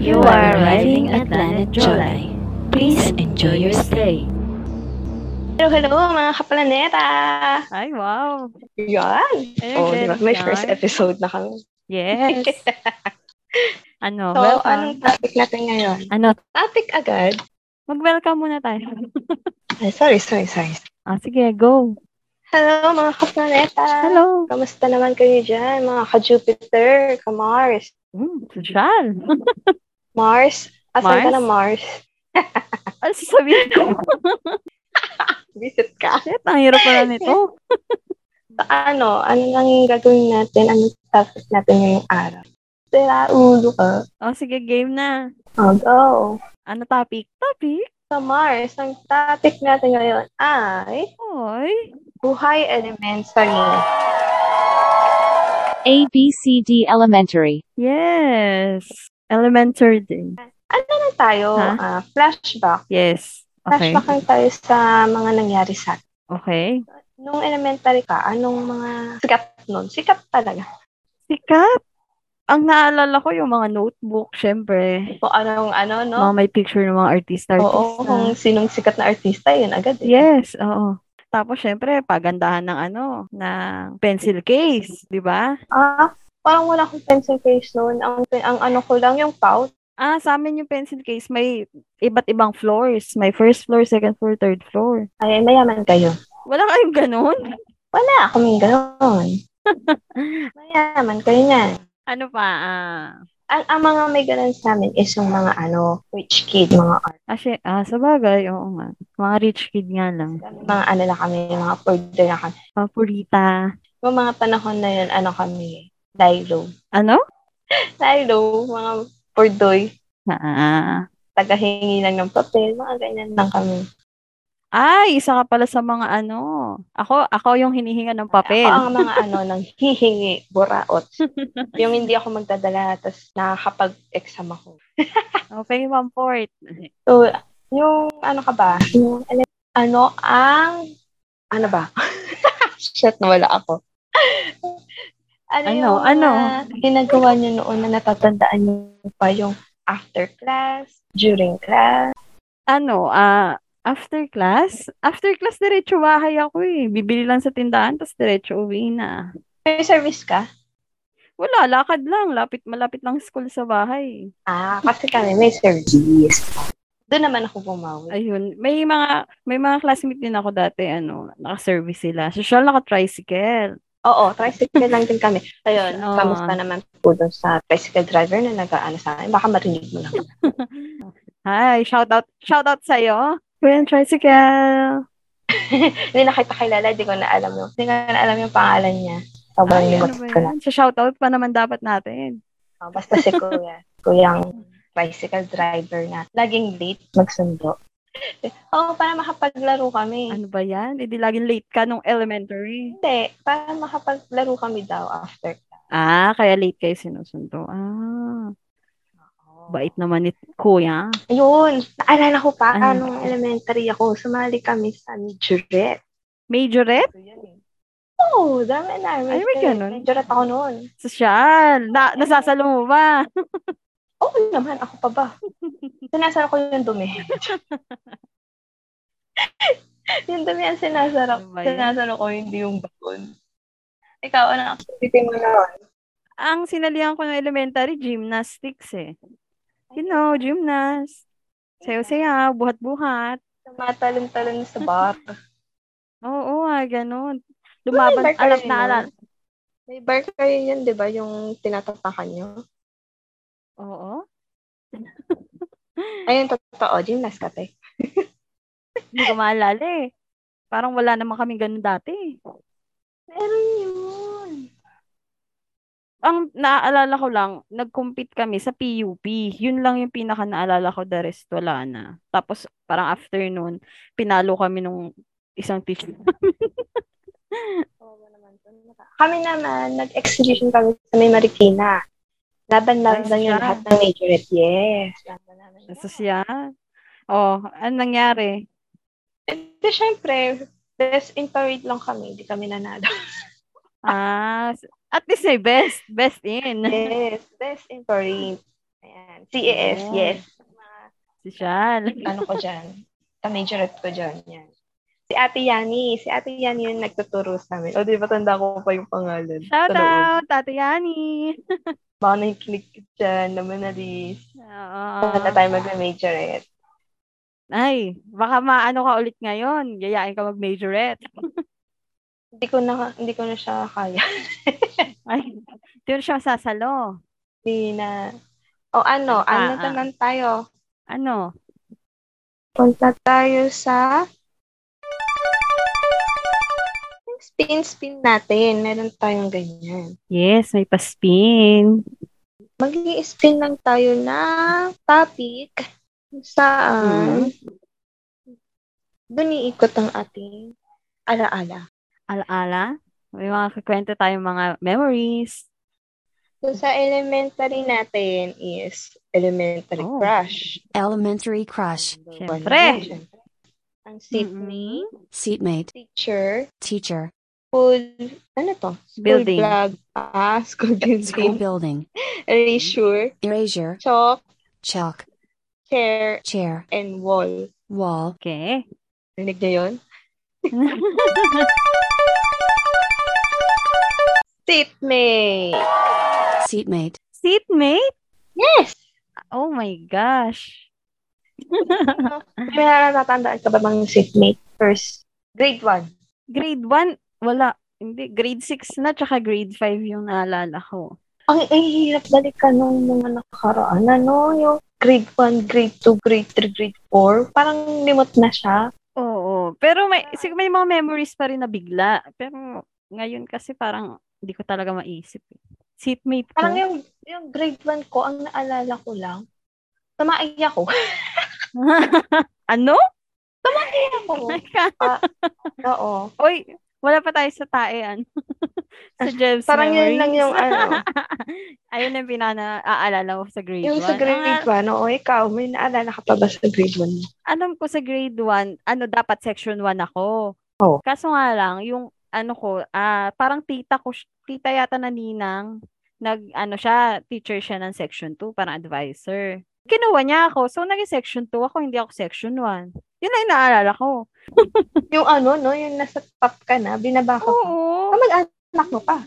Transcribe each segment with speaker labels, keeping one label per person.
Speaker 1: You are arriving at Planet Jolai. Please enjoy your stay.
Speaker 2: Hello, hello mga kaplaneta!
Speaker 3: Ay, wow.
Speaker 2: Yan!
Speaker 3: Ayun,
Speaker 2: Oh, di ba?
Speaker 3: ganun
Speaker 2: May
Speaker 3: yan.
Speaker 2: first episode na kami.
Speaker 3: Yes. ano,
Speaker 2: So,
Speaker 3: welcome.
Speaker 2: anong topic natin ngayon?
Speaker 3: Ano,
Speaker 2: Topic agad?
Speaker 3: mag-welcome muna tayo.
Speaker 2: Ay, sorry, sorry, sorry.
Speaker 3: Ah, sige, go.
Speaker 2: Hello mga kaplaneta!
Speaker 3: Hello.
Speaker 2: Kamusta naman kayo dyan, mga ka-Jupiter, ka-Mars?
Speaker 3: Mm, social.
Speaker 2: Mars? Asan ka
Speaker 3: Mars?
Speaker 2: na Mars?
Speaker 3: Ano sasabihin ko?
Speaker 2: Visit ka.
Speaker 3: Shit, ang hirap pala nito.
Speaker 2: So, ano, ano lang yung gagawin natin? Ano topic natin ngayong araw? Sira ulo ka.
Speaker 3: Oh, sige, game na.
Speaker 2: Oh, go!
Speaker 3: Ano topic? Topic?
Speaker 2: Sa Mars, ang topic natin ngayon ay
Speaker 3: Oy.
Speaker 2: buhay Ano? elementaryo.
Speaker 4: A B C D elementary.
Speaker 3: Yes. Elementary din.
Speaker 2: Ano na tayo?
Speaker 3: Ha?
Speaker 2: ah, flashback.
Speaker 3: Yes. Okay.
Speaker 2: Flashback lang tayo sa mga nangyari sa atin.
Speaker 3: Okay.
Speaker 2: Nung elementary ka, anong mga sikat nun? Sikat talaga.
Speaker 3: Sikat. Ang naalala ko yung mga notebook, syempre.
Speaker 2: Kung anong ano, no?
Speaker 3: Mga may picture ng mga artista-artista.
Speaker 2: Oo, kung sinong sikat na artista, yun agad. Eh.
Speaker 3: Yes, oo. Tapos syempre pagandahan ng ano, ng pencil case, 'di ba?
Speaker 2: Ah, parang wala akong pencil case noon. Ang, ang ano ko lang, yung pouch.
Speaker 3: Ah, sa amin yung pencil case may iba't ibang floors, may first floor, second floor, third floor.
Speaker 2: Ay, mayaman kayo.
Speaker 3: Wala kayong ganun?
Speaker 2: Wala kaming gano'n. mayaman kayo niyan.
Speaker 3: Ano pa? Ah,
Speaker 2: Ang, ang mga may ganun sa amin is yung mga ano, rich kid, mga
Speaker 3: asy, ah sabagay, oo nga. Mga rich kid nga lang.
Speaker 2: mga ano na kami, mga order na kami.
Speaker 3: Paporita.
Speaker 2: Yung mga panahon na yun, ano kami, Lilo.
Speaker 3: Ano?
Speaker 2: Lilo, mga pordoy,
Speaker 3: Ah.
Speaker 2: tagahingi lang ng papel, mga ganyan lang kami.
Speaker 3: Ay, isa ka pala sa mga ano. Ako, ako yung hinihinga ng
Speaker 2: Ako
Speaker 3: papel.
Speaker 2: ang mga ano, nang hihingi, buraot. yung hindi ako magdadala, tapos nakakapag-exam ako.
Speaker 3: Okay, one fourth.
Speaker 2: So, yung ano ka ba? Yung, ele- ano ang, ano ba? Shit, nawala ako. ano,
Speaker 3: Ano,
Speaker 2: yung
Speaker 3: ano?
Speaker 2: mga ginagawa niyo noon na natatandaan niyo pa yung after class, during class?
Speaker 3: ano, ah, after class, after class, diretso bahay ako eh. Bibili lang sa tindahan, tapos diretso uwi na.
Speaker 2: May service ka?
Speaker 3: Wala, lakad lang. Lapit, malapit lang school sa bahay.
Speaker 2: Ah, kasi kami may service. Doon naman ako bumawi.
Speaker 3: Ayun, may mga, may mga classmate din ako dati, ano, naka-service sila. Social, naka-tricycle.
Speaker 2: Oo, tricycle lang din kami. Ayun,
Speaker 3: Oo.
Speaker 2: kamusta naman po doon sa tricycle driver na nag-aano sa akin? Baka marinig mo lang.
Speaker 3: Hi, shout out, shout out sa'yo. Kuya tricycle.
Speaker 2: Hindi na kita kilala, di ko na alam yung, hindi ko na alam yung pangalan niya. Sobrang
Speaker 3: Ay, ano
Speaker 2: limot
Speaker 3: ba
Speaker 2: ko na.
Speaker 3: yan? Sa shout out pa naman dapat natin.
Speaker 2: Oh, basta si kuya. Kuyang bicycle driver na laging late magsundo. Oo, para makapaglaro kami.
Speaker 3: Ano ba yan? Hindi laging late ka nung elementary.
Speaker 2: Hindi, para makapaglaro kami daw after.
Speaker 3: Ah, kaya late kayo sinusundo. Ah, bait naman ni kuya.
Speaker 2: Ayun, naalala ko pa,
Speaker 3: Ano?
Speaker 2: anong elementary ako, sumali kami sa majorette.
Speaker 3: Majorette?
Speaker 2: So, yun eh. Oo, dami na.
Speaker 3: Ay, may ganun.
Speaker 2: Majorette ako noon.
Speaker 3: Sosyal. Na, nasasalo mo ba?
Speaker 2: Oo naman, ako pa ba? sinasara ko yung dumi. yung dumi ang sinasara ko.
Speaker 3: Ano ba yun?
Speaker 2: Sinasara ko, hindi yung bakon. Ikaw, ano ang activity mo noon?
Speaker 3: Ang sinalihan ko ng elementary, gymnastics eh. You know, gymnast. Sayo-saya, buhat-buhat.
Speaker 2: Tumatalon-talon sa bar.
Speaker 3: Oo, ah, ganun. Lumaban,
Speaker 2: Remember ka
Speaker 3: alam
Speaker 2: rin
Speaker 3: na
Speaker 2: yun?
Speaker 3: alam.
Speaker 2: May bar kayo yun, di ba? Yung tinatapakan nyo.
Speaker 3: Oo.
Speaker 2: Ayun, totoo. Gymnast ka, te.
Speaker 3: Hindi ko maalala eh. Parang wala naman kami ganun dati. eh.
Speaker 2: Meron yun.
Speaker 3: Ang naaalala ko lang, nag-compete kami sa PUP. Yun lang yung pinaka naalala ko, the rest wala na. Tapos parang afternoon, pinalo kami nung isang teacher.
Speaker 2: Oo naman to. Naka- Kami naman, nag-exhibition kami sa may Marikina. Laban-laban
Speaker 3: Ay,
Speaker 2: yung
Speaker 3: siya.
Speaker 2: lahat ng majorette. Yes. Laban-laban. yun.
Speaker 3: Sosyal. Oh, ano nangyari?
Speaker 2: Hindi, syempre, best in parade lang kami. Hindi kami nanalo.
Speaker 3: Ah, s- at least may best. Best in.
Speaker 2: yes, best in parade. Ayan. CES,
Speaker 3: Ayan.
Speaker 2: yes.
Speaker 3: Si Shan.
Speaker 2: Ano ko dyan? Majorette ko dyan. Yan. Si Ate Yani. Si Ate Yani yung nagtuturo sa amin. O, di ba tanda ko pa yung pangalan?
Speaker 3: Shout
Speaker 2: Sa loob.
Speaker 3: out, Ate Yani.
Speaker 2: Baka nakikinig ka dyan naman na di.
Speaker 3: Oo.
Speaker 2: Saan na tayo eh. magma-majorette?
Speaker 3: Ay, baka maano ka ulit ngayon. Yayain ka mag-majorette.
Speaker 2: Hindi ko na, hindi ko na siya kaya.
Speaker 3: Ay, hindi mo siya sasalo.
Speaker 2: Hindi na. O ano,
Speaker 3: Ah,
Speaker 2: ano
Speaker 3: ah.
Speaker 2: na lang tayo?
Speaker 3: Ano?
Speaker 2: Punta tayo sa spin-spin natin. Meron tayong ganyan.
Speaker 3: Yes, may pa-spin.
Speaker 2: mag spin lang tayo ng topic
Speaker 3: Hmm.
Speaker 2: kung saan dun iikot ang ating alaala.
Speaker 3: Alaala. May mga kakwento tayong mga memories.
Speaker 2: So, sa elementary natin is elementary
Speaker 3: Oh.
Speaker 2: crush.
Speaker 5: Elementary crush.
Speaker 3: Siyempre.
Speaker 2: Ang Sydney,
Speaker 5: Seatmate.
Speaker 2: teacher,
Speaker 5: Teacher.
Speaker 2: school, ano to? School
Speaker 3: Building.
Speaker 2: Vlog. Ah, school
Speaker 5: School
Speaker 2: building.
Speaker 5: building.
Speaker 2: Erasure,
Speaker 5: Erasure.
Speaker 2: chalk,
Speaker 5: Chalk.
Speaker 2: chair,
Speaker 5: Chair.
Speaker 2: and wall.
Speaker 5: Wall.
Speaker 3: Okay.
Speaker 2: Narinig niyo yun? Seatmate!
Speaker 5: Seatmate.
Speaker 3: Seatmate?
Speaker 2: Yes!
Speaker 3: Oh my gosh.
Speaker 2: May natatandaan ka ba bang seatmate? First, grade 1.
Speaker 3: Grade 1, wala. Hindi, grade 6 na tsaka grade 5 yung naalala ko.
Speaker 2: Ang ihirap balikan nung mga nakaraan, ano, yung grade 1, grade 2, grade 3, grade 4. Parang limot na siya.
Speaker 3: Oo. Pero may,
Speaker 2: Ah.
Speaker 3: sig- may mga memories pa rin na bigla. Pero ngayon kasi parang hindi ko talaga maisip. eh. Seatmate ko.
Speaker 2: Parang yung, yung grade 1 ko, ang naalala ko lang, tamaiyak ko.
Speaker 3: ano?
Speaker 2: Tamaiyak ko.
Speaker 3: Teka.
Speaker 2: Oo.
Speaker 3: Oy, wala pa tayo sa taean. sa Jeb's
Speaker 2: Parang yun
Speaker 3: memories.
Speaker 2: lang yung ano.
Speaker 3: Ayun yung pinana-aalala ko sa grade 1.
Speaker 2: Yung sa grade 1, oo, ikaw, may naalala ka pa ba sa grade 1?
Speaker 3: alam ko sa grade 1, ano dapat section 1 ako.
Speaker 2: Oh.
Speaker 3: Kaso nga lang, yung ano ko, ah parang tita ko, si- tita yata na ninang, nag, ano siya, teacher siya ng section 2, parang advisor. Kinuha niya ako, so naging section 2 ako, hindi ako section 1. Yun lang yung naalala ko.
Speaker 2: Yung ano, no? Yung nasa top ka na, binaba ka.
Speaker 3: Oo,
Speaker 2: Ah, mag-anak mo pa.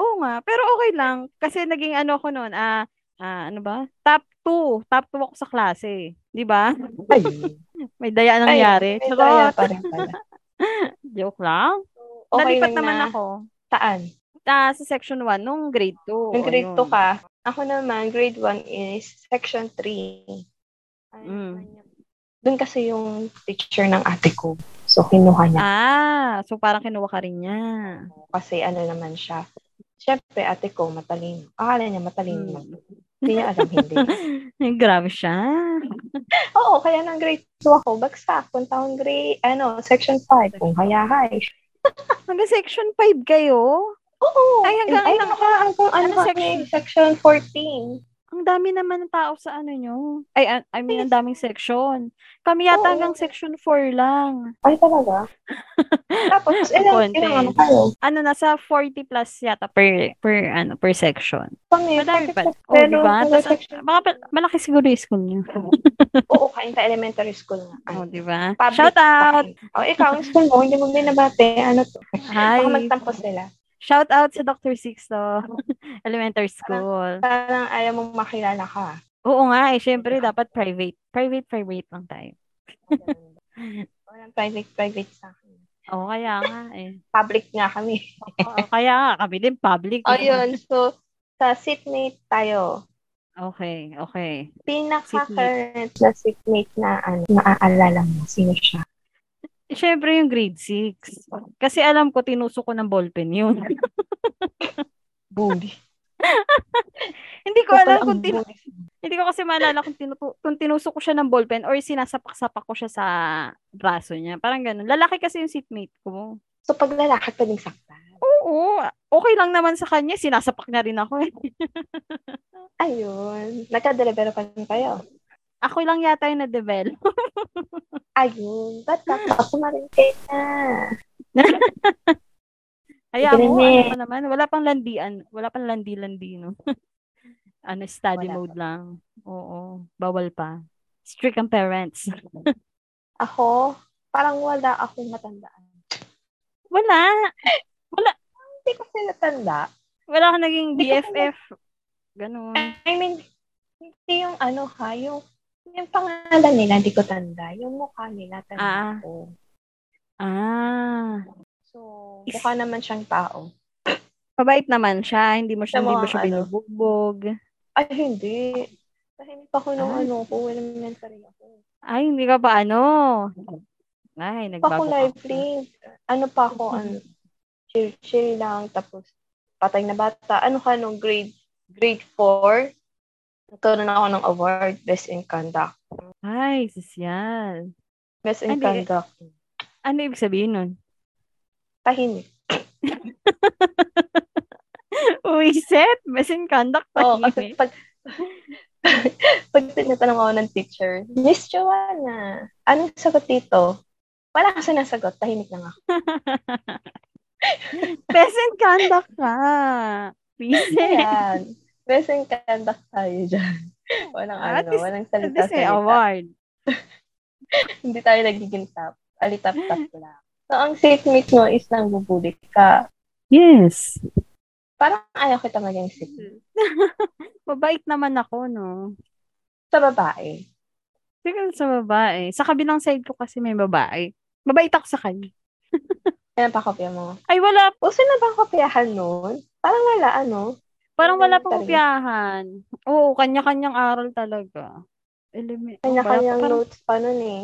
Speaker 3: oo nga. Pero okay lang, kasi naging ano ko noon, ah, ah, ano ba? Top 2. Top 2 ako sa klase. Di ba?
Speaker 2: Ay,
Speaker 3: May daya nangyari.
Speaker 2: may
Speaker 3: Charot.
Speaker 2: daya pa rin pala.
Speaker 3: Joke lang.
Speaker 2: Okay
Speaker 3: Nalipat
Speaker 2: lang
Speaker 3: naman
Speaker 2: na.
Speaker 3: ako.
Speaker 2: Saan?
Speaker 3: Ah, sa section 1 nung grade 2.
Speaker 2: Yung grade 2
Speaker 3: 2
Speaker 2: ka. Ako naman, grade 1 is section 3.
Speaker 3: Mm.
Speaker 2: Doon kasi yung teacher ng ate ko. So, kinuha niya.
Speaker 3: Ah, so parang kinuha ka rin niya.
Speaker 2: ako Kasi ano naman siya. Siyempre, ate ko, matalino. Akala niya matalino.
Speaker 3: Mm.
Speaker 2: lang. Hindi niya alam, hindi.
Speaker 3: Grabe siya.
Speaker 2: Oo, kaya ng grade 2 ako, bagsak. Punta akong grade, ano, section 5. Kung hayahay.
Speaker 3: Hanggang section 5 kayo?
Speaker 2: Oo.
Speaker 3: Ay, hanggang
Speaker 2: ay,
Speaker 3: ilang-
Speaker 2: naka, hanggang ano,
Speaker 3: ano
Speaker 2: section?
Speaker 3: section?
Speaker 2: section 14.
Speaker 3: Ang dami naman ng tao sa ano nyo. Ay, an- I mean, ang daming section. Kami yata
Speaker 2: Oo.
Speaker 3: hanggang section 4 lang.
Speaker 2: Ay, talaga? Tapos, ilang,
Speaker 3: Konti.
Speaker 2: ilang ano kayo?
Speaker 3: Ano, nasa 40 plus yata per, per, ano, per section.
Speaker 2: Kami,
Speaker 3: Madami pa. Oh,
Speaker 2: 40
Speaker 3: di ba?
Speaker 2: hanggang
Speaker 3: Tas,
Speaker 2: section
Speaker 3: Baka pa- malaki siguro yung school nyo.
Speaker 2: Oo, kain sa elementary school nga. Ay,
Speaker 3: Oh, di ba?
Speaker 2: Public
Speaker 3: Shout out!
Speaker 2: kain. O, ikaw, ang school mo, hindi mo binabate. Ano to?
Speaker 3: Hi!
Speaker 2: Baka magtampo sila.
Speaker 3: Shout out sa Dr. Sixto. Elementary School.
Speaker 2: Parang ayaw mong makilala ka.
Speaker 3: Oo nga eh, syempre dapat private. Private, private lang tayo.
Speaker 2: Walang private-private sa akin.
Speaker 3: Oo, kaya nga eh.
Speaker 2: Public nga kami.
Speaker 3: Oo, kaya nga, kami din public. eh.
Speaker 2: O, Oh, yun. So, sa seatmate tayo.
Speaker 3: Okay, okay.
Speaker 2: Pinaka-current na seatmate na ano, maaalala mo. Sino siya?
Speaker 3: Eh, Syempre yung grade 6. Kasi alam ko, tinusok ko ng ballpen yun.
Speaker 2: Bully.
Speaker 3: hindi ko alam kung tin- hindi ko kasi maalala kung, tinutu- kung tinusok ko siya ng ballpen or sinasapak-sapak ko siya sa braso niya. Parang ganun. Lalaki kasi yung seatmate ko.
Speaker 2: So, pag lalaki, pwedeng saktan.
Speaker 3: Oo, okay lang naman sa kanya. Sinasapak na rin ako eh.
Speaker 2: Ayun. Nagka-deliver pa rin kayo.
Speaker 3: Ako lang yata yung na-develop.
Speaker 2: Ayun. Ba't nakakumarin kayo na?
Speaker 3: Hayaan mo,
Speaker 2: Grabe.
Speaker 3: eh. ano pa naman, wala pang landian, wala pang landi-landi, no? Ano, study
Speaker 2: Wala
Speaker 3: mode lang. Oo, bawal pa. Strict ang parents.
Speaker 2: Ako, parang wala akong matandaan.
Speaker 3: Wala.
Speaker 2: Hindi kasi natanda.
Speaker 3: Wala ka naging
Speaker 2: Hindi ko
Speaker 3: BFF. Ganun.
Speaker 2: I mean, hindi yung ano ha, yung, yung pangalan nila, hindi ko tanda. Yung mukha
Speaker 3: Ah.
Speaker 2: nila, tanda ko.
Speaker 3: Ah.
Speaker 2: So, mukha naman siyang tao.
Speaker 3: Mabait naman siya. Hindi mo siya,
Speaker 2: Sa
Speaker 3: hindi mo
Speaker 2: mga
Speaker 3: siya
Speaker 2: ano.
Speaker 3: binubugbog.
Speaker 2: Ay, hindi. Tahimik ako
Speaker 3: Ah.
Speaker 2: nung ano ko, elementary ako.
Speaker 3: Ay, hindi ka pa ano. Ay, nagbago ka.
Speaker 2: Pa ako
Speaker 3: Mm-hmm.
Speaker 2: lively. Ano pa ako, ano, chill, chill lang, tapos patay na bata. Ano ka nung grade, grade 4? Nagkaroon ako ng award, Best in Conduct.
Speaker 3: Ay, sosyal.
Speaker 2: Best in
Speaker 3: Hindi.
Speaker 2: Conduct.
Speaker 3: Ano ibig sabihin nun?
Speaker 2: Tahimik.
Speaker 3: Uisit, best in conduct pa
Speaker 2: Oo,
Speaker 3: yun eh.
Speaker 2: kasi pag, pag tinatanong ako ng teacher, Miss Joanna, anong sagot dito? Wala kasi nasagot, tahimik lang ako.
Speaker 3: eh. Best in conduct ka. Uisit.
Speaker 2: Ayan. Best in Conduct tayo dyan. Walang
Speaker 3: At
Speaker 2: ano,
Speaker 3: least-
Speaker 2: walang
Speaker 3: At least may
Speaker 2: salita-salita.
Speaker 3: award.
Speaker 2: hindi tayo nagiging tap. Alitap-tap lang. So, ang seatmate mo is nang bubulik ka.
Speaker 3: Yes.
Speaker 2: Parang ayaw kita maging
Speaker 3: Mm-hmm.
Speaker 2: seatmate.
Speaker 3: Mabait naman ako, no?
Speaker 2: Sa babae.
Speaker 3: Siguro sa babae. Sa kabilang side ko kasi may babae. Mabait ako sa kanya.
Speaker 2: Yan pa kopya mo.
Speaker 3: Ay, wala.
Speaker 2: Uso na bang kopyahan nun? Parang wala, ano?
Speaker 3: Parang wala pang
Speaker 2: Elementary.
Speaker 3: kopyahan. Oo, kanya-kanyang aral talaga. Element.
Speaker 2: Kanya-kanyang
Speaker 3: parang-
Speaker 2: notes pa nun eh.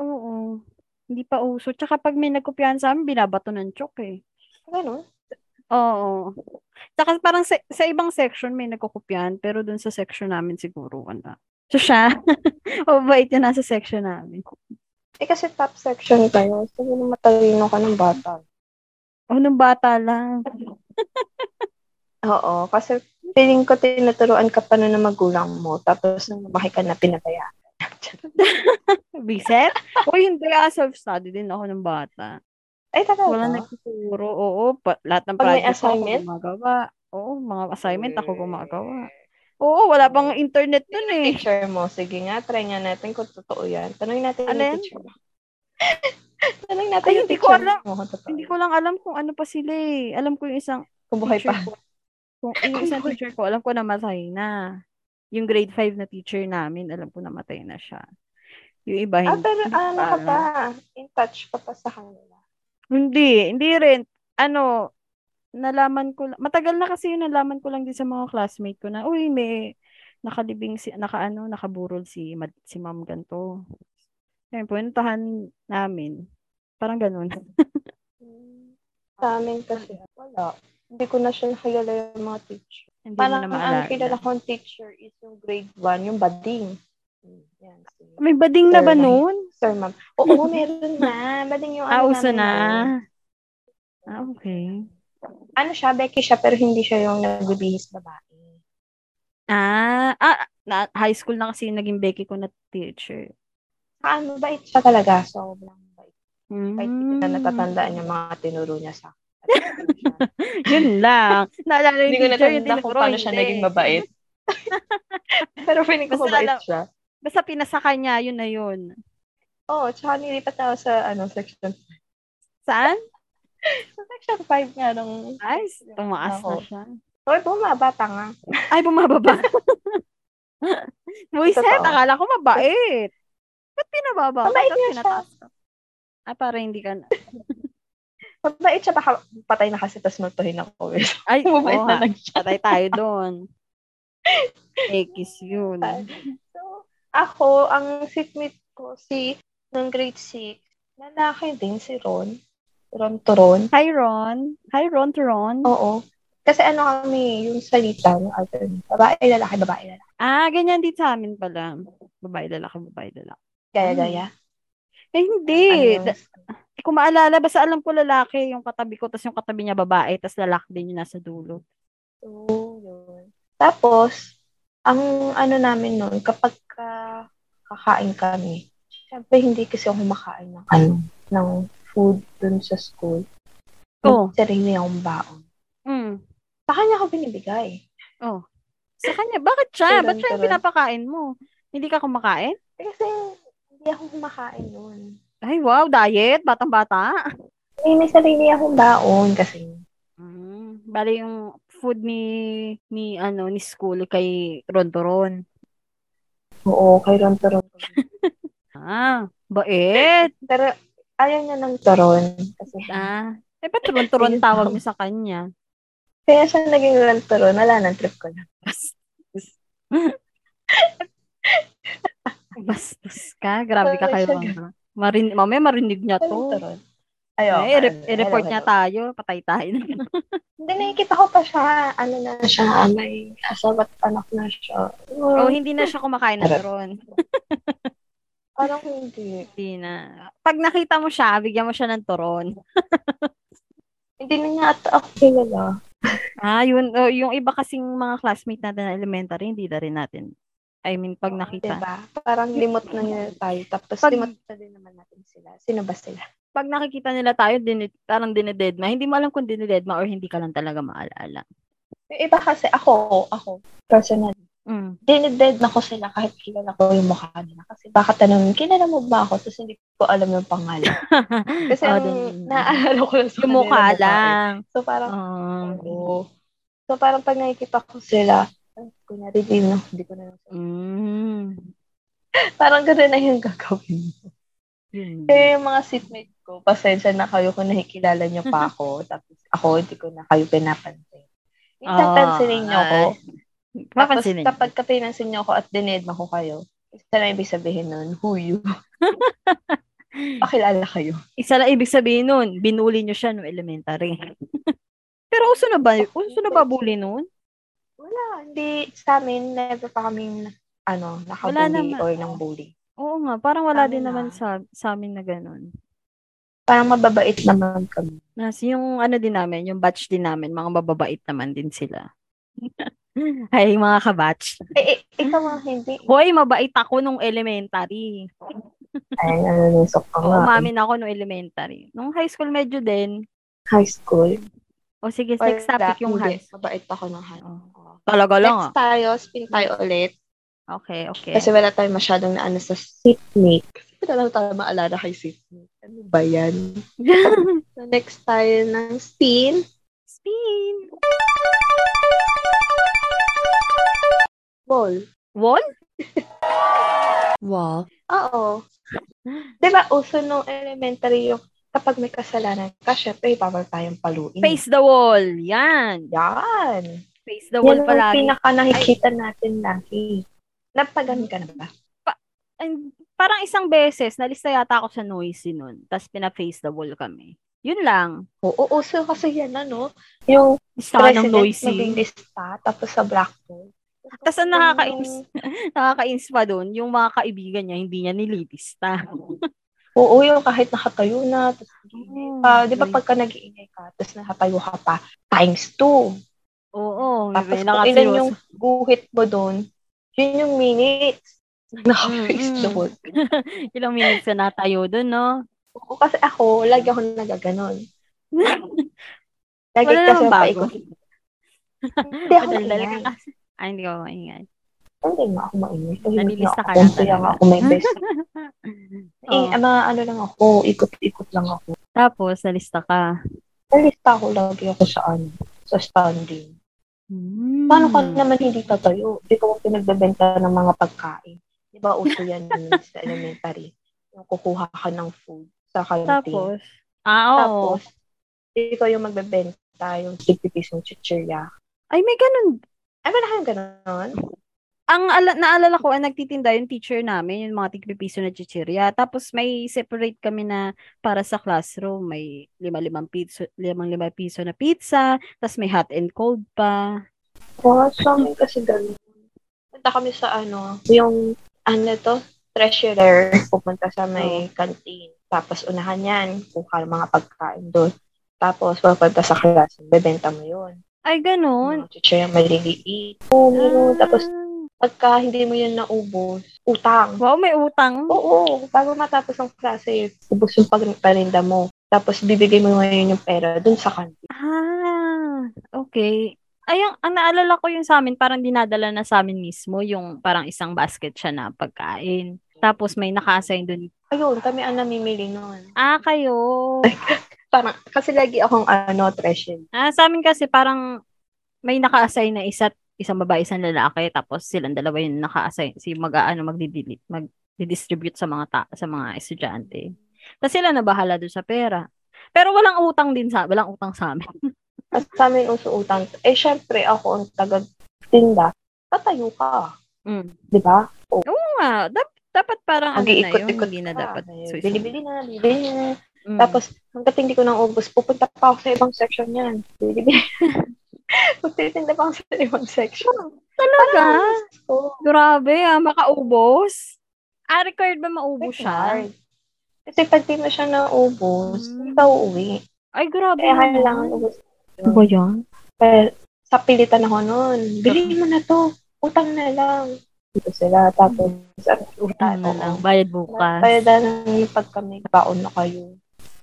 Speaker 3: Oo. Hindi pa uso. Tsaka pag may nagkopyahan sa amin, binabato ng chok eh.
Speaker 2: Ganun.
Speaker 3: Oo. Tsaka parang sa, sa ibang section may nagkukopyahan, pero dun sa section namin siguro wala. So siya, mabait yung nasa section namin.
Speaker 2: Eh kasi top section kayo. Sige na matalino ka ng bata.
Speaker 3: Oh, nung bata lang.
Speaker 2: Oo. Kasi feeling ko tinuturuan ka pa nun ng magulang mo. Tapos nung lumaki ka na pinabaya.
Speaker 3: Biset? o hindi, ah, self-study din ako ng bata.
Speaker 2: Ay, talaga.
Speaker 3: Wala nagtuturo. Oo, pa, lahat ng
Speaker 2: Pag Oh, may
Speaker 3: project ako
Speaker 2: assignment?
Speaker 3: gumagawa. Oo, mga assignment ako gumagawa. Oo, wala pang internet nun eh.
Speaker 2: teacher mo. Sige nga, try nga natin kung totoo yan. Tanungin natin
Speaker 3: Alin?
Speaker 2: yung teacher mo. Tanungin natin
Speaker 3: Ay,
Speaker 2: yung
Speaker 3: hindi ko
Speaker 2: teacher
Speaker 3: alam.
Speaker 2: mo kung totoo
Speaker 3: Hindi
Speaker 2: yan.
Speaker 3: ko lang alam kung ano pa sila eh. Alam ko yung isang
Speaker 2: Kung buhay
Speaker 3: teacher
Speaker 2: pa.
Speaker 3: ko- Kung yung isang teacher ko, alam ko namatay na. Yung grade 5 na teacher namin, alam ko namatay na siya. Yung iba,
Speaker 2: Ah,
Speaker 3: hindi.
Speaker 2: pero
Speaker 3: hindi ko
Speaker 2: ano ka
Speaker 3: alam.
Speaker 2: pa? In touch ka pa sa kanila.
Speaker 3: Hindi, hindi rin. Ano, nalaman ko, lang- matagal na kasi yun, nalaman ko lang din sa mga classmate ko na, uy, may nakalibing si, nakaano, nakaburol si, ma- si ma'am ganto. Ayun, puntahan namin. Parang ganun.
Speaker 2: Hmm. Sa amin kasi, wala. Hindi ko na siya nakilala yung mga teacher.
Speaker 3: Hindi mo
Speaker 2: Parang
Speaker 3: na
Speaker 2: ang
Speaker 3: maalala.
Speaker 2: kilala kong teacher is yung grade 1, yung bading. Hmm, Yan, si
Speaker 3: May bading na ba
Speaker 2: Sir,
Speaker 3: noon?
Speaker 2: Sir Ma'am. Oo, meron na. Bading yung
Speaker 3: Ah,
Speaker 2: ano
Speaker 3: uso
Speaker 2: namin
Speaker 3: na.
Speaker 2: noon.
Speaker 3: Ah, okay.
Speaker 2: Ano siya, Becky siya, pero hindi siya yung nagbibihis babae.
Speaker 3: Ah, ah na, high school na kasi yung naging Becky ko na teacher.
Speaker 2: Ah, mabait siya talaga. Sobrang mabait. Kahit hindi ko na
Speaker 3: Mm.
Speaker 2: natatandaan yung mga tinuro niya sa akin.
Speaker 3: Yun lang. Naalala yung
Speaker 2: Hindi ko
Speaker 3: teacher, yung
Speaker 2: natanda kung
Speaker 3: tinuro,
Speaker 2: paano siya
Speaker 3: hindi.
Speaker 2: naging mabait. Pero feeling ko
Speaker 3: Basta
Speaker 2: mabait
Speaker 3: alam-
Speaker 2: siya.
Speaker 3: Basta pinasa kanya, yun na yun.
Speaker 2: Oo, oh, tsaka nilipat ako sa ano, section.
Speaker 3: Saan?
Speaker 2: Sa section 5 nga nung...
Speaker 3: Nice. Tumaas na
Speaker 2: Ako.
Speaker 3: siya.
Speaker 2: Oy, bumaba, tanga.
Speaker 3: Ay, bumababa. Moiset,
Speaker 2: Totoo.
Speaker 3: akala ko mabait. Ba't pinababa?
Speaker 2: Mabait
Speaker 3: Ba't
Speaker 2: nga siya.
Speaker 3: pinataas ka? Ah, para hindi ka na.
Speaker 2: Mabait siya, baka patay na kasi, tapos multuhin ako. eh.
Speaker 3: Ay, oo
Speaker 2: Mabait na
Speaker 3: nga.
Speaker 2: lang siya.
Speaker 3: Patay tayo doon. X yun.
Speaker 2: So, ako, ang seatmate ko, si, nung grade 6, lalaki din si Ron. Ron Turon.
Speaker 3: Hi, Ron. Hi, Ron Turon.
Speaker 2: Oo. Kasi ano kami, yung salita ng alternate. Babae, lalaki, babae, lalaki.
Speaker 3: Ah, ganyan din sa amin pala. Babae, lalaki, babae, lalaki.
Speaker 2: Gaya, gaya.
Speaker 3: Eh, hindi.
Speaker 2: Ano yun?
Speaker 3: Da- Hindi ko maalala. Basta alam ko lalaki yung katabi ko, tapos yung katabi niya babae, tapos lalaki din yung nasa dulo.
Speaker 2: Oo, yun. Tapos, ang ano namin noon, kapag ka, kakain kami, syempre hindi kasi ako kumakain ng ano, ng food dun sa school.
Speaker 3: Oo.
Speaker 2: Oh.
Speaker 3: Oh.
Speaker 2: Sarili akong baon.
Speaker 3: Mm.
Speaker 2: Sa kanya ako binibigay.
Speaker 3: Oh. Sa kanya, bakit siya?
Speaker 2: Kailan
Speaker 3: Ba't siya yung
Speaker 2: ka ron?
Speaker 3: pinapakain mo? Hindi ka kumakain?
Speaker 2: Eh, kasi hindi ako kumakain nun.
Speaker 3: Ay, wow, diet, batang-bata.
Speaker 2: Eh, may sarili akong baon kasi.
Speaker 3: Mm, bali yung food ni ni ano ni school kay Ron Toron.
Speaker 2: Oo, kay Ron Toron.
Speaker 3: Ah, bait.
Speaker 2: Pero ayaw niya ng Toron. Kasi,
Speaker 3: Ah. Eh, ba't Ron Toron
Speaker 2: Ayun
Speaker 3: tawag
Speaker 2: daw.
Speaker 3: mo sa kanya?
Speaker 2: kaya siya naging Ron Toron. Wala nang trip ko na.
Speaker 3: Bastos ka. Grabe ka kay
Speaker 2: Sorry,
Speaker 3: Ron Toron. Marin, mamaya marinig niya
Speaker 2: Ron
Speaker 3: to.
Speaker 2: Toron. Ayaw.
Speaker 3: Eh, i- i-report niya tayo. Patay tayo.
Speaker 2: Hindi, nakikita ko pa siya. Ano na siya, may asawa at anak na siya.
Speaker 3: o,
Speaker 2: Oh,
Speaker 3: hindi na siya kumakain ng
Speaker 2: Sarap.
Speaker 3: Toron.
Speaker 2: parang hindi.
Speaker 3: Hindi na. Pag nakita mo siya, bigyan mo siya ng Toron.
Speaker 2: Hindi na niya ata ako kilala.
Speaker 3: Ah, yun. oh, yung iba kasing mga classmate natin na elementary, hindi na rin natin. I mean, pag nakita.
Speaker 2: Diba? Parang limot na nila tayo. Tapos
Speaker 3: Pag-
Speaker 2: limot na din naman natin sila. Sino ba sila?
Speaker 3: Pag nakikita nila tayo, din, parang dinededma. Hindi mo alam kung dinededma or hindi ka lang talaga maalaala.
Speaker 2: Yung iba kasi ako, ako, personal.
Speaker 3: Mm.
Speaker 2: Dinided na ko sila kahit kilala ko yung mukha nila. Kasi baka tanongin, kilala mo ba ako? Tapos hindi ko alam yung pangalan. Kasi
Speaker 3: Oh,
Speaker 2: ang
Speaker 3: din-
Speaker 2: naaalala ko lang sa
Speaker 3: yung
Speaker 2: kanila
Speaker 3: mukha
Speaker 2: mukha eh.
Speaker 3: lang. Oh.
Speaker 2: So parang,
Speaker 3: Oo.
Speaker 2: oo. So parang pag nakikita ko sila, ay, kunyari din, no? hindi ko na lang.
Speaker 3: Mm.
Speaker 2: Parang gano'n na yung gagawin.
Speaker 3: Yun.
Speaker 2: Kaya yung mga seatmate ko, pasensya na kayo kung nakikilala niyo pa ako. tapos ako, hindi ko na kayo pinapansin. Minsan
Speaker 3: Ah,
Speaker 2: pansinin niyo ako. Tapos
Speaker 3: Papansinin.
Speaker 2: kapag ka pinansin niyo ako at dinedma ko kayo, isa na ibig sabihin nun, who you? Pakilala kayo.
Speaker 3: Isa lang ibig sabihin nun, binuli nyo siya no elementary. Pero uso na ba, uso na ba bully nun?
Speaker 2: Wala, hindi sa amin, never pa kaming ano,
Speaker 3: Wala
Speaker 2: nakabully
Speaker 3: naman.
Speaker 2: or nang bully.
Speaker 3: Oo nga, parang wala
Speaker 2: Tama
Speaker 3: din
Speaker 2: Ano na.
Speaker 3: naman sa, sa amin na ganun.
Speaker 2: Parang mababait naman kami.
Speaker 3: Nas, yung ano din namin, yung batch din namin, mga mababait naman din sila. Ay, mga kabatch.
Speaker 2: Eh, eh ikaw ang hindi.
Speaker 3: Hoy, mabait ako nung elementary.
Speaker 2: Ay, nananisok ka nga. eh.
Speaker 3: Umamin ako nung elementary. Nung high school, medyo din.
Speaker 2: High school.
Speaker 3: O sige, next topic yung high school.
Speaker 2: Mabait ako ng high
Speaker 3: Talaga lang ah.
Speaker 2: Next tayo, spin tayo ulit.
Speaker 3: Okay, okay.
Speaker 2: Kasi wala tayong masyadong naano sa seatmate. Kasi wala lang tayo maalala kay seatmate. Ano ba yan? So, next tayo ng spin.
Speaker 3: Spin.
Speaker 2: Ball.
Speaker 3: Wall?
Speaker 5: Wall.
Speaker 2: Oo. Di ba uso nung elementary yung kapag may kasalanan ka, syempre, bawal tayong paluin.
Speaker 3: Face the wall. Yan.
Speaker 2: Yan.
Speaker 3: Face the wall
Speaker 2: Yan ang
Speaker 3: palagi.
Speaker 2: pinaka nakikita natin lagi. Napagan ka na ba?
Speaker 3: And parang isang beses, nalista yata ako sa noisy nun. Tapos pina-face the wall kami. Yun lang.
Speaker 2: Oo, uso kasi yan, ano? Yung
Speaker 3: Lista ka ng
Speaker 2: president
Speaker 3: noisy.
Speaker 2: maging lista, tapos sa blackboard.
Speaker 3: Tapos ang
Speaker 2: Yung-
Speaker 3: nakakainis, nakakainis pa doon, yung mga kaibigan niya, hindi niya nililista.
Speaker 2: Oo, yung kahit nakatayo na. Tapos,
Speaker 3: Oo.
Speaker 2: ah, di ba pagka nag-iingay ka, tapos nakatayo ka pa, times two.
Speaker 3: Oo.
Speaker 2: Tapos
Speaker 3: may Mm,
Speaker 2: kung ilan
Speaker 3: nakaseryoso.
Speaker 2: yung guhit mo doon, yun yung minutes na naka-face
Speaker 3: Mm-mm.
Speaker 2: the wall.
Speaker 3: mm. Ilang minutes na natayo doon, no?
Speaker 2: Oo, kasi ako, lagi ako nagaganon. Lagi
Speaker 3: Wala
Speaker 2: kasi
Speaker 3: namang
Speaker 2: ako
Speaker 3: bago.
Speaker 2: paikot. Hindi ako
Speaker 3: Madaldal ka
Speaker 2: maingay.
Speaker 3: kasi. Ay, hindi ko maingay.
Speaker 2: Hindi nga ako maingay.
Speaker 3: Nalilista ka
Speaker 2: Kaya
Speaker 3: lang
Speaker 2: kaya nga
Speaker 3: talaga.
Speaker 2: ako may best. Eh,
Speaker 3: Oo.
Speaker 2: mga ano lang ako, ikot-ikot lang ako.
Speaker 3: Tapos, nalista ka.
Speaker 2: Nalista ako lagi ako sa ano, sa standing.
Speaker 3: Hmm.
Speaker 2: Paano ka naman hindi tatayo? Ikaw ang pinagbebenta ng mga pagkain. Di ba uso yan nun sa elementary? Yung kukuha ka ng food sa canteen.
Speaker 3: Tapos, ah, oo.
Speaker 2: Tapos, ikaw yung magbebenta, yung 50 pisong chichirya.
Speaker 3: Ay, may ganun.
Speaker 2: Ay, wala kayong ganon?
Speaker 3: Ang ala- naalala ko, ang nagtitinda yung teacher namin, yung mga tigpipiso na chichirya. Tapos, may separate kami na para sa classroom. May lima-limang piso, limang-lima piso na pizza. Tapos, may hot and cold pa.
Speaker 2: Oo, Ah, sa amin kasi ganon. Punta kami sa ano, yung ano to, treasurer, pupunta sa may canteen. Tapos unahan yan, kukuha ng mga pagkain doon. Tapos pupunta sa class, bebenta mo yun.
Speaker 3: Ay, ganun. Ah.
Speaker 2: Mga chichirya maliliit. Oo, meron. Mm, tapos pagka hindi mo yun naubos, utang.
Speaker 3: Wow, may utang.
Speaker 2: Oo, bago matapos ang klase, ubos yung pag- parinda mo. Tapos bibigay mo ngayon yung pera dun sa kantin.
Speaker 3: Ah, okay. ayang, ang naalala ko yung sa amin, parang dinadala na sa amin mismo yung parang isang basket siya na pagkain. Tapos may naka-assign dun.
Speaker 2: Ayun, kami ang namimili noon.
Speaker 3: Ah, kayo.
Speaker 2: Parang, kasi lagi akong ano, treasure.
Speaker 3: Ah, sa amin kasi parang may naka-assign na isa, isang babae, isang lalaki, tapos silang dalawa yung naka-assign, si mag-aano magdi-delete, magdi-distribute sa mga ta- sa mga estudyante. Tapos sila na bahala doon sa pera. Pero walang utang din sa, walang utang sa amin.
Speaker 2: At sa amin, uso-utang. Eh, syempre, ako ang tagatinda. Tatayo ka.
Speaker 3: Mm.
Speaker 2: Di ba?
Speaker 3: Oo nga, dap- dapat parang ano na yun,
Speaker 2: Mag-iikot-ikot
Speaker 3: hindi na
Speaker 2: ka.
Speaker 3: dapat.
Speaker 2: Eh,
Speaker 3: susunod.
Speaker 2: Bili-bili na, bili-bili na.
Speaker 3: Mm.
Speaker 2: Tapos, hanggat hindi ko nang ubos, pupunta pa ako sa ibang section niyan. Bili-bili. Magtitinda pa ako sa ibang section.
Speaker 3: talaga?
Speaker 2: So,
Speaker 3: Ano Grabe ah, makaubos. Ah, required ba maubos siya?
Speaker 2: hard. Kasi pag di mo siya naubos,
Speaker 3: Mm.
Speaker 2: hindi ka uuwi.
Speaker 3: Ay, grabe.
Speaker 2: Kaya
Speaker 3: naman. Ano
Speaker 2: kailangan ubos.
Speaker 1: yun?
Speaker 2: Pero, sa pilitan ako noon,
Speaker 3: Hmm.
Speaker 2: bili mo na to. Utang na lang. Dito sila. Tapos, sabi ko,
Speaker 3: Utang na
Speaker 2: oo.
Speaker 3: lang, bayad bukas.
Speaker 2: Kaya dahil pag kami baon na kayo,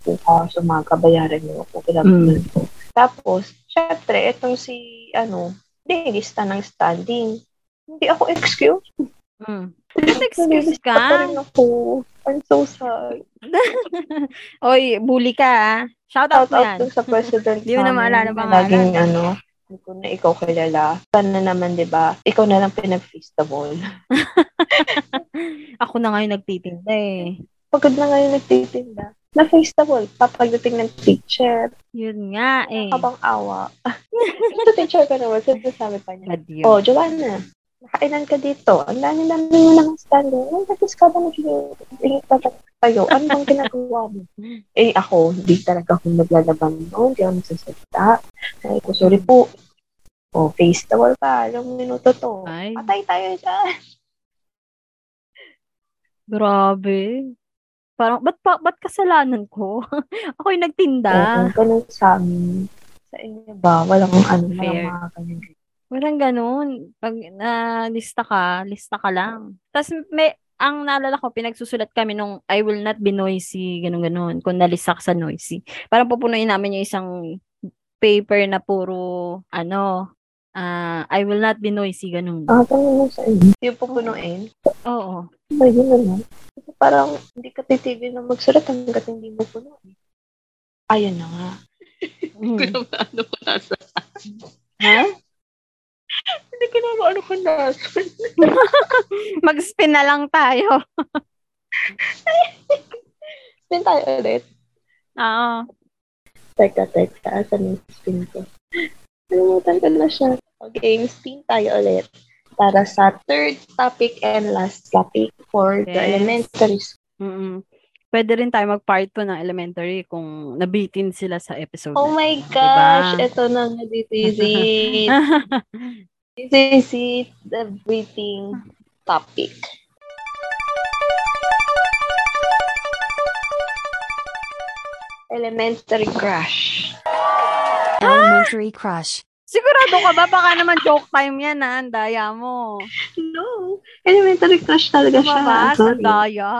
Speaker 2: bukas, umaga, bayaran niyo ako. Kailangan
Speaker 3: Mm.
Speaker 2: niyo ako. Tapos, syempre, itong si, ano, dilista ng standing. Hindi ako excuse.
Speaker 3: Mm. Ba't excuse
Speaker 2: Nililista pa
Speaker 3: ka?
Speaker 2: rin ako. I'm so sorry.
Speaker 3: Oy, bully ka ah. Shout out
Speaker 2: Shout
Speaker 3: mo
Speaker 2: out
Speaker 3: yan.
Speaker 2: dun sa president
Speaker 3: Di mo na maalala
Speaker 2: namin,
Speaker 3: pangalan.
Speaker 2: Laging, ano, hindi ko na ikaw kilala. Sana naman, di ba, ikaw na lang pinag-festival.
Speaker 3: Ako na ngayon nagtitinda eh.
Speaker 2: Pagod na ngayon nagtitinda. Na-festival, papagdating ng teacher.
Speaker 3: Yun nga eh.
Speaker 2: Habang awa. Ito teacher ka naman, sinasabi pa niya.
Speaker 3: Bad yun.
Speaker 2: Oh, Joanna, nakailan ka dito. Ang dami-dami mo naman standing. Ang tapos ka ba nag tayo? Ano bang ginagawa mo? Eh, ako, hindi talaga ako naglalaban noon. Hindi ako nagsasalita. Ay, ko, sorry po. Oh, face the wall pa. Ilang minuto to.
Speaker 3: Ay,
Speaker 2: Patay tayo dyan.
Speaker 3: grabe. Parang, ba't, pa, ba't kasalanan ko? ako yung nagtinda.
Speaker 2: Oo, ganun sa amin. Sa inyo ba? Walang ano, walang
Speaker 3: Fair.
Speaker 2: mga ganyan.
Speaker 3: Walang ganun. Pag na lista ka, lista ka lang. Tapos may, ang naalala ko, pinagsusulat kami nung I will not be noisy, ganun-ganun, kung nalisak sa noisy. Parang pupunuin namin yung isang paper na puro, ano, ah, I will not be noisy, ganun.
Speaker 2: Ah, ganun lang sa inyo. Yung pupunuin.
Speaker 3: Oo.
Speaker 2: Ba, Diba yun na lang. Kasi parang hindi ka titigil na magsulat hanggat hindi mo puno. eh. Ayun na nga.
Speaker 3: Mm.
Speaker 2: ano ko nasa.
Speaker 3: Ha?
Speaker 2: Hindi ko na ano ko nasa.
Speaker 3: Mag-spin na lang tayo.
Speaker 2: Spin tayo ulit.
Speaker 3: Oo.
Speaker 2: Teka, teka. Asan yung spin ko? Nalimutan ko na siya. Okay, spin tayo ulit. Para sa third topic and last topic for the
Speaker 3: Yes.
Speaker 2: elementary school.
Speaker 3: Mm-mm. Pwede rin tayo mag-part 2 ng elementary kung nabitin sila sa episode.
Speaker 2: Oh
Speaker 3: na-
Speaker 2: my gosh!
Speaker 3: Diba?
Speaker 2: Ito na nga, this is it. this is it. The breathing topic. Elementary crush.
Speaker 5: Elementary crush.
Speaker 3: Sigurado ka ba? Baka naman joke time yan, ha? Ang daya mo.
Speaker 2: No. Elementary crush talaga siya.
Speaker 3: Mabas, ang
Speaker 2: Sorry.
Speaker 3: daya.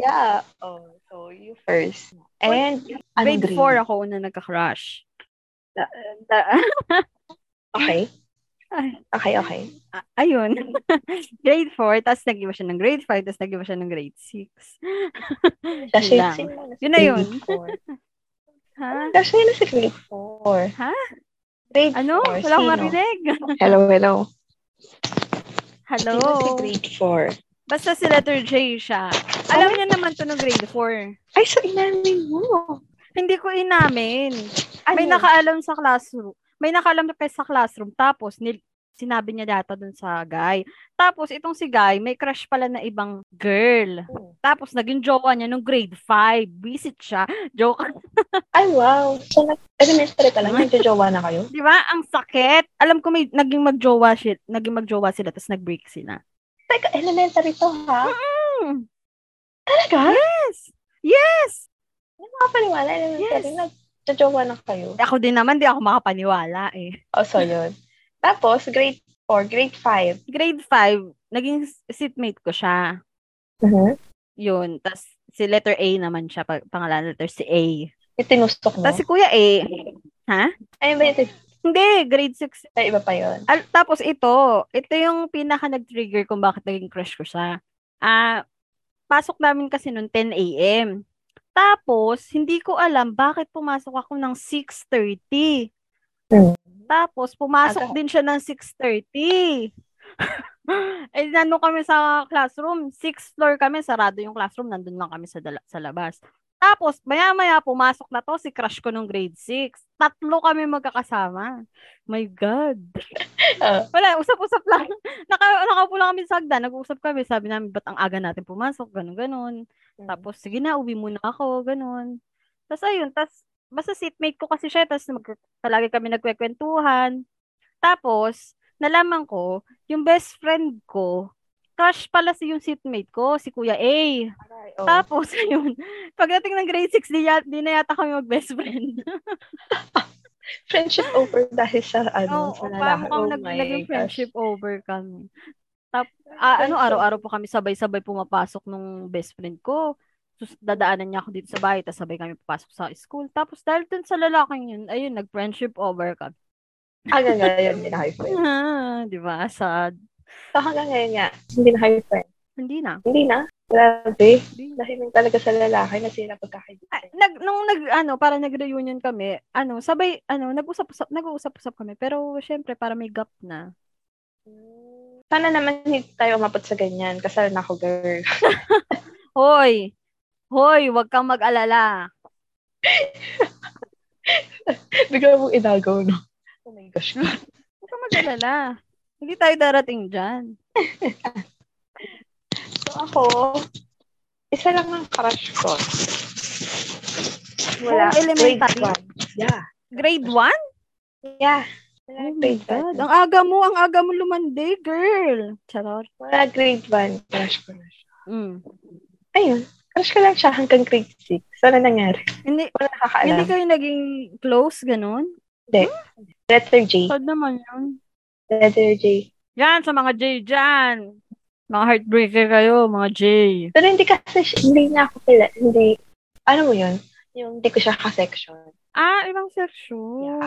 Speaker 2: Yeah. Oh, so you first. And
Speaker 3: Grade 4
Speaker 2: Andrea.
Speaker 3: ako na nagka-crush. Da- da-
Speaker 2: Okay.
Speaker 3: Ay.
Speaker 2: Okay, okay.
Speaker 3: Ah, ayun. grade 4, tapos nag-iba siya ng grade 5, tapos nag-iba siya ng grade 6.
Speaker 2: Kasi
Speaker 3: lang. Yun na yun. Ha?
Speaker 2: Kasi yun na si grade 4.
Speaker 3: Ha?
Speaker 2: Grade
Speaker 3: Ano? Wala
Speaker 2: four,
Speaker 3: akong
Speaker 2: sino?
Speaker 3: marinig.
Speaker 2: Hello, hello.
Speaker 3: Hello?
Speaker 2: Sino si grade 4?
Speaker 3: Basta si letter J siya. Alam niya naman to nung grade 4.
Speaker 2: Ay, so inamin mo.
Speaker 3: Hindi ko inamin. May
Speaker 2: Ano?
Speaker 3: nakaalam sa classroom. May nakaalam na pa sa classroom. Tapos, nil- sinabi niya data dun sa guy. Tapos, itong si guy, may crush pala na ibang girl.
Speaker 2: Oh.
Speaker 3: Tapos, naging jowa niya nung grade 5. Visit siya. Joke.
Speaker 2: Ay, wow. So, nag- elementary pa lang. Nagjojowa na kayo?
Speaker 3: Di ba? Ang sakit. Alam ko may naging magjowa sila. Naging magjowa sila. Tapos, nag-break sila.
Speaker 2: Teka, elementary to, ha?
Speaker 3: Mm.
Speaker 2: Talaga?
Speaker 3: Yes. Yes.
Speaker 2: Nakapaniwala, elementary.
Speaker 3: Yes.
Speaker 2: Nagjojowa na kayo.
Speaker 3: Ako din naman, di ako makapaniwala eh.
Speaker 2: Oh, so yun. Tapos, grade 4, grade 5.
Speaker 3: Grade 5, naging s- seatmate ko siya. Mm-hmm.
Speaker 2: Uh-huh.
Speaker 3: Yun. Tapos, si letter A naman siya, pa- pangalan letter si A.
Speaker 2: Itinustok mo.
Speaker 3: Tapos si Kuya A,
Speaker 2: Ayun ba yung
Speaker 3: Hindi, grade 6.
Speaker 2: Sa iba pa yun.
Speaker 3: Al- tapos ito, ito yung pinaka nag-trigger kung bakit naging crush ko siya. Ah, pasok namin kasi noon 10 a.m. Tapos, hindi ko alam bakit pumasok ako ng 6.30.
Speaker 2: Hmm.
Speaker 3: Tapos, pumasok
Speaker 2: Aga.
Speaker 3: din siya ng 6.30. eh, nandun kami sa classroom. Sixth floor kami, sarado yung classroom. Nandun lang kami sa, dala- sa labas. Tapos, maya-maya, pumasok na to si crush ko nung grade 6. Tatlo kami magkakasama. My God.
Speaker 2: Ah.
Speaker 3: Wala, usap-usap lang. Naka, nakaupo lang kami sa hagdan. Nag-uusap kami. Sabi namin, ba't ang aga natin pumasok? Ganon, ganon. Tapos, sige na, uwi muna ako, ganun. Tapos, ayun, tapos, basta seatmate ko kasi siya, tapos mag- palagi kami nagkwekwentuhan. Tapos, nalaman ko, yung best friend ko, crush pala si yung seatmate ko, si Kuya A.
Speaker 2: Aray, oo.
Speaker 3: Tapos, ayun, pagdating ng grade 6, di, ya- di na yata kami mag-best friend.
Speaker 2: friendship over dahil sa
Speaker 3: Oo,
Speaker 2: ano, sa
Speaker 3: paano
Speaker 2: lalaki.
Speaker 3: kami
Speaker 2: Oh
Speaker 3: nag-
Speaker 2: my
Speaker 3: naging
Speaker 2: gosh.
Speaker 3: friendship over kami. Tap, ah, ano,
Speaker 2: Friendship.
Speaker 3: araw-araw po kami sabay-sabay pumapasok nung best friend ko. Sus, dadaanan niya ako dito sa bahay, tapos sabay kami papasok sa school. Tapos dahil dun sa lalaking yun, ayun, nag-friendship over kami.
Speaker 2: Ah, Hanggang ngayon, hindi na kayo friend.
Speaker 3: Ah, di ba? Sad.
Speaker 2: So, hanggang ngayon nga, hindi na kayo friend.
Speaker 3: Hindi na.
Speaker 2: Hindi na. Grabe.
Speaker 3: Hindi na.
Speaker 2: Dahil yun talaga sa lalaki,
Speaker 3: Ah,
Speaker 2: nasira pagkakaibigan.
Speaker 3: nag, nung nag, ano, para nag-reunion kami, ano, sabay, ano, nag-usap-usap, nag-uusap-usap kami. Pero, syempre, para may gap na.
Speaker 2: Sana naman hindi tayo umabot sa ganyan. Kasal na ako, girl.
Speaker 3: Hoy! Hoy, wag kang mag-alala.
Speaker 2: Bigla mong inagaw, no? Oh my gosh.
Speaker 3: Hmm. Huwag ka mag-alala. Hindi tayo darating dyan.
Speaker 2: So, ako, isa lang ang crush ko. Wala.
Speaker 3: Oh, elementary.
Speaker 2: Grade one. Yeah.
Speaker 3: Grade 1? Oh
Speaker 2: Yeah. Wala
Speaker 3: my
Speaker 2: grade
Speaker 3: God. Oh.
Speaker 2: 1.
Speaker 3: Ang aga mo, ang aga mo lumandi, girl. Charot.
Speaker 2: Wala grade 1. Crush ko na siya.
Speaker 3: Mm.
Speaker 2: Ayun. Crush ko lang siya hanggang grade 6. Sana nangyari.
Speaker 3: Hindi,
Speaker 2: Wala
Speaker 3: hindi
Speaker 2: nakakaalam.
Speaker 3: kayo naging close, ganun?
Speaker 2: Letter J.
Speaker 3: Sad naman yun.
Speaker 2: Letter J.
Speaker 3: Yan, sa mga J dyan. Mga heartbreaker kayo, mga J.
Speaker 2: Pero hindi kasi, siya- hindi niya ako pala, hindi, ano mo yun, yung hindi ko siya ka-section.
Speaker 3: Ah, ibang section.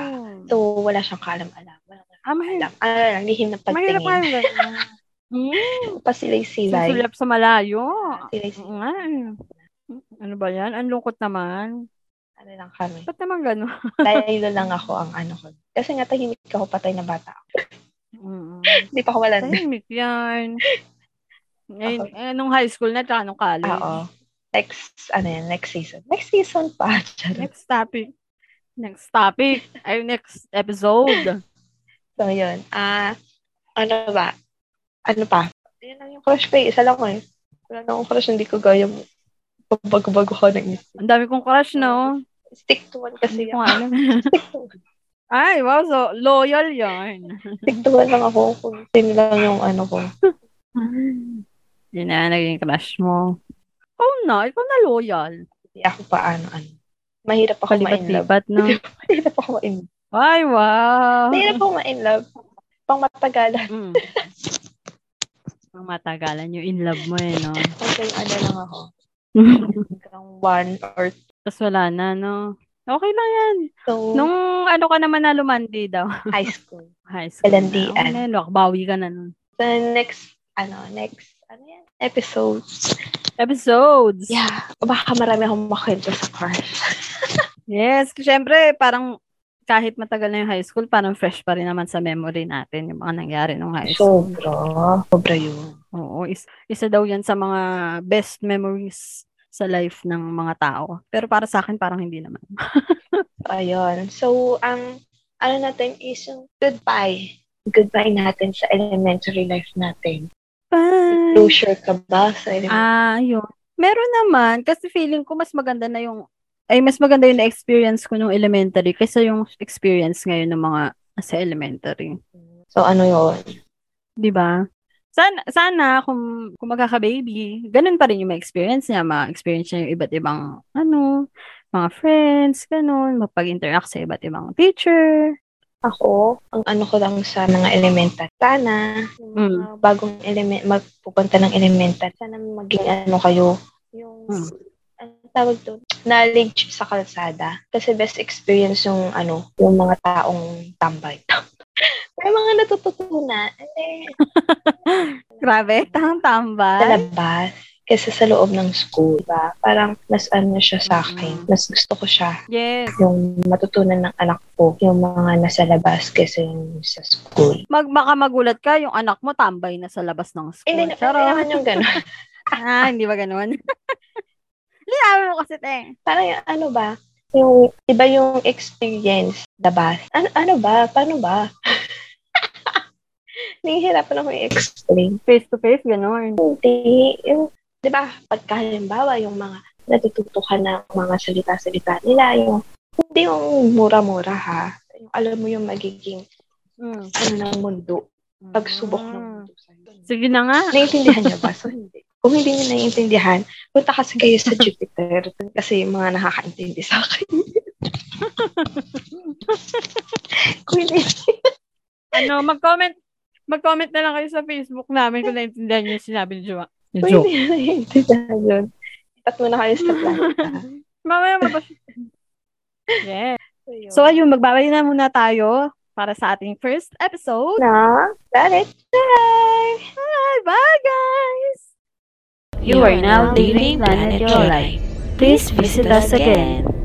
Speaker 2: So, wala siyang kaalam-alam. Wala siyang
Speaker 3: ah, mahirap.
Speaker 2: alam. Ano lang, lihim na
Speaker 3: Mahirap nga
Speaker 2: pagtingin.
Speaker 3: yun. Hmm,
Speaker 2: Pasilay-silay.
Speaker 3: susulap sa malayo.
Speaker 2: Pasilay-silay.
Speaker 3: Oo nga. eh. Ano ba yan? Ang lungkot naman.
Speaker 2: Ano lang kami.
Speaker 3: Ba't naman gano'n?
Speaker 2: Laylo lang ako ang ano ko. Kasi nga tahimik ako, patay na bata ako.
Speaker 3: Mm.
Speaker 2: Hindi pa ako wala na.
Speaker 3: Tahimik yan. Ngayon, eh, nung high school na, tsaka nung college.
Speaker 2: Ah, Oo. Next, ano yan, next season. Next season pa. Charot.
Speaker 3: Next topic. Next topic. Ay, next episode.
Speaker 2: So, yun. Ah, ano ba? Ano pa? Yan lang yung crush ko eh. Isa lang ko eh. Wala na akong crush, hindi ko gaya mo. Bago-bago ko ng
Speaker 3: Ang dami kong crush, no?
Speaker 2: Stick to one kasi
Speaker 3: Hindi ko
Speaker 2: ako.
Speaker 3: nga alam. Ay, wow. So, loyal yun.
Speaker 2: Stick to one lang ako kung sino lang yung ano ko.
Speaker 3: Yun na, naging crush mo. Oh na, ikaw na loyal.
Speaker 2: Hindi ako pa ano ano. Mahirap ako ma-in-love.
Speaker 3: Palipat-lipat, no?
Speaker 2: Mahirap ako ma-in-love.
Speaker 3: Ay, wow.
Speaker 2: Mahirap ako ma-in-love. Pang matagalan.
Speaker 3: Mm. Ang matagalan yung in love mo eh, no?
Speaker 2: Kasi ano lang ako. Hanggang one or two.
Speaker 3: Tapos wala na, no? Okay lang yan.
Speaker 2: Nung
Speaker 3: Nung ano ka naman na lumandi daw?
Speaker 2: high school.
Speaker 3: High school.
Speaker 2: Kalandian.
Speaker 3: Na. Okay na, look, bawi ka na nun.
Speaker 2: So next, ano, next, ano yan? Episode.
Speaker 3: Episodes.
Speaker 2: Yeah. Baka marami akong makwento sa crush.
Speaker 3: Yes, syempre, parang kahit matagal na yung high school, parang fresh pa rin naman sa memory natin yung mga nangyari nung high school.
Speaker 2: Sobra. Sobra yun.
Speaker 3: Oo, is, isa daw yan sa mga best memories sa life ng mga tao. Pero para sa akin, parang hindi naman.
Speaker 2: Ayun. So, ang ano natin is yung goodbye. Goodbye natin sa elementary life natin.
Speaker 3: Bye!
Speaker 2: Closure ka ba sa elementary?
Speaker 3: Ah, yun. Meron naman, kasi feeling ko mas maganda na yung, ay mas maganda yung na-experience ko nung elementary kaysa yung experience ngayon ng mga sa elementary.
Speaker 2: so, ano yun?
Speaker 3: Di ba? Sana, sana kung, kung magkaka-baby, ganun pa rin yung ma-experience niya. Ma-experience niya yung iba't ibang, ano, mga friends, ganun. Mapag-interact sa iba't ibang teacher.
Speaker 2: Ako, ang ano ko lang sa mga elementary. Sana, yung mga bagong element, magpupunta ng elementary. Sana maging ano kayo, yung,
Speaker 3: Mm.
Speaker 2: ano tawag doon? Knowledge sa kalsada. Kasi best experience yung ano, yung mga taong tambay. May mga natututunan. Eh,
Speaker 3: Grabe,
Speaker 2: sa
Speaker 3: tambay.
Speaker 2: labas kesa sa loob ng school. Diba? Parang mas ano siya sa akin. Mas gusto ko siya
Speaker 3: Yes.
Speaker 2: yung matutunan ng anak ko, yung mga nasa labas kesa yung sa school.
Speaker 3: Mag, baka magulat ka, yung anak mo tambay na sa labas ng school.
Speaker 2: Hindi na
Speaker 3: Charot.
Speaker 2: naman yung gano'n.
Speaker 3: ah, hindi ba ganun? Linawin mo kasi, te.
Speaker 2: Parang yung ano ba, yung iba yung experience labas. Ano, ano ba? Paano ba? Nihihirapan ako i-explain.
Speaker 3: Face to face, ganun.
Speaker 2: Hindi. Yung, di ba, pagka halimbawa, yung mga natututo ka ng mga salita-salita nila, yung hindi yung mura-mura ha. Yung alam mo yung magiging
Speaker 3: Mm.
Speaker 2: ano ng mundo, pagsubok ng
Speaker 3: Mm.
Speaker 2: mundo sa'yo.
Speaker 3: Sige na nga.
Speaker 2: Naiintindihan niya ba? So, hindi. Kung hindi niya naiintindihan, punta kasi kayo sa Jupiter kasi yung mga nakakaintindi sa akin. Kung hindi,
Speaker 3: Ano, mag-comment. Mag-comment na lang kayo sa Facebook namin kung naintindihan niyo yung sinabi ni Jowa. Ni
Speaker 2: kung hindi niya naiintindihan yun, ipat mo na kayo sa planeta.
Speaker 3: Mamaya mabas. yes.
Speaker 2: yun.
Speaker 3: So, ayun, magbabay na muna tayo para sa ating first episode.
Speaker 2: na, got it. Bye!
Speaker 3: Bye, bye guys!
Speaker 1: You are now dating Planet Jolai. Please visit us again.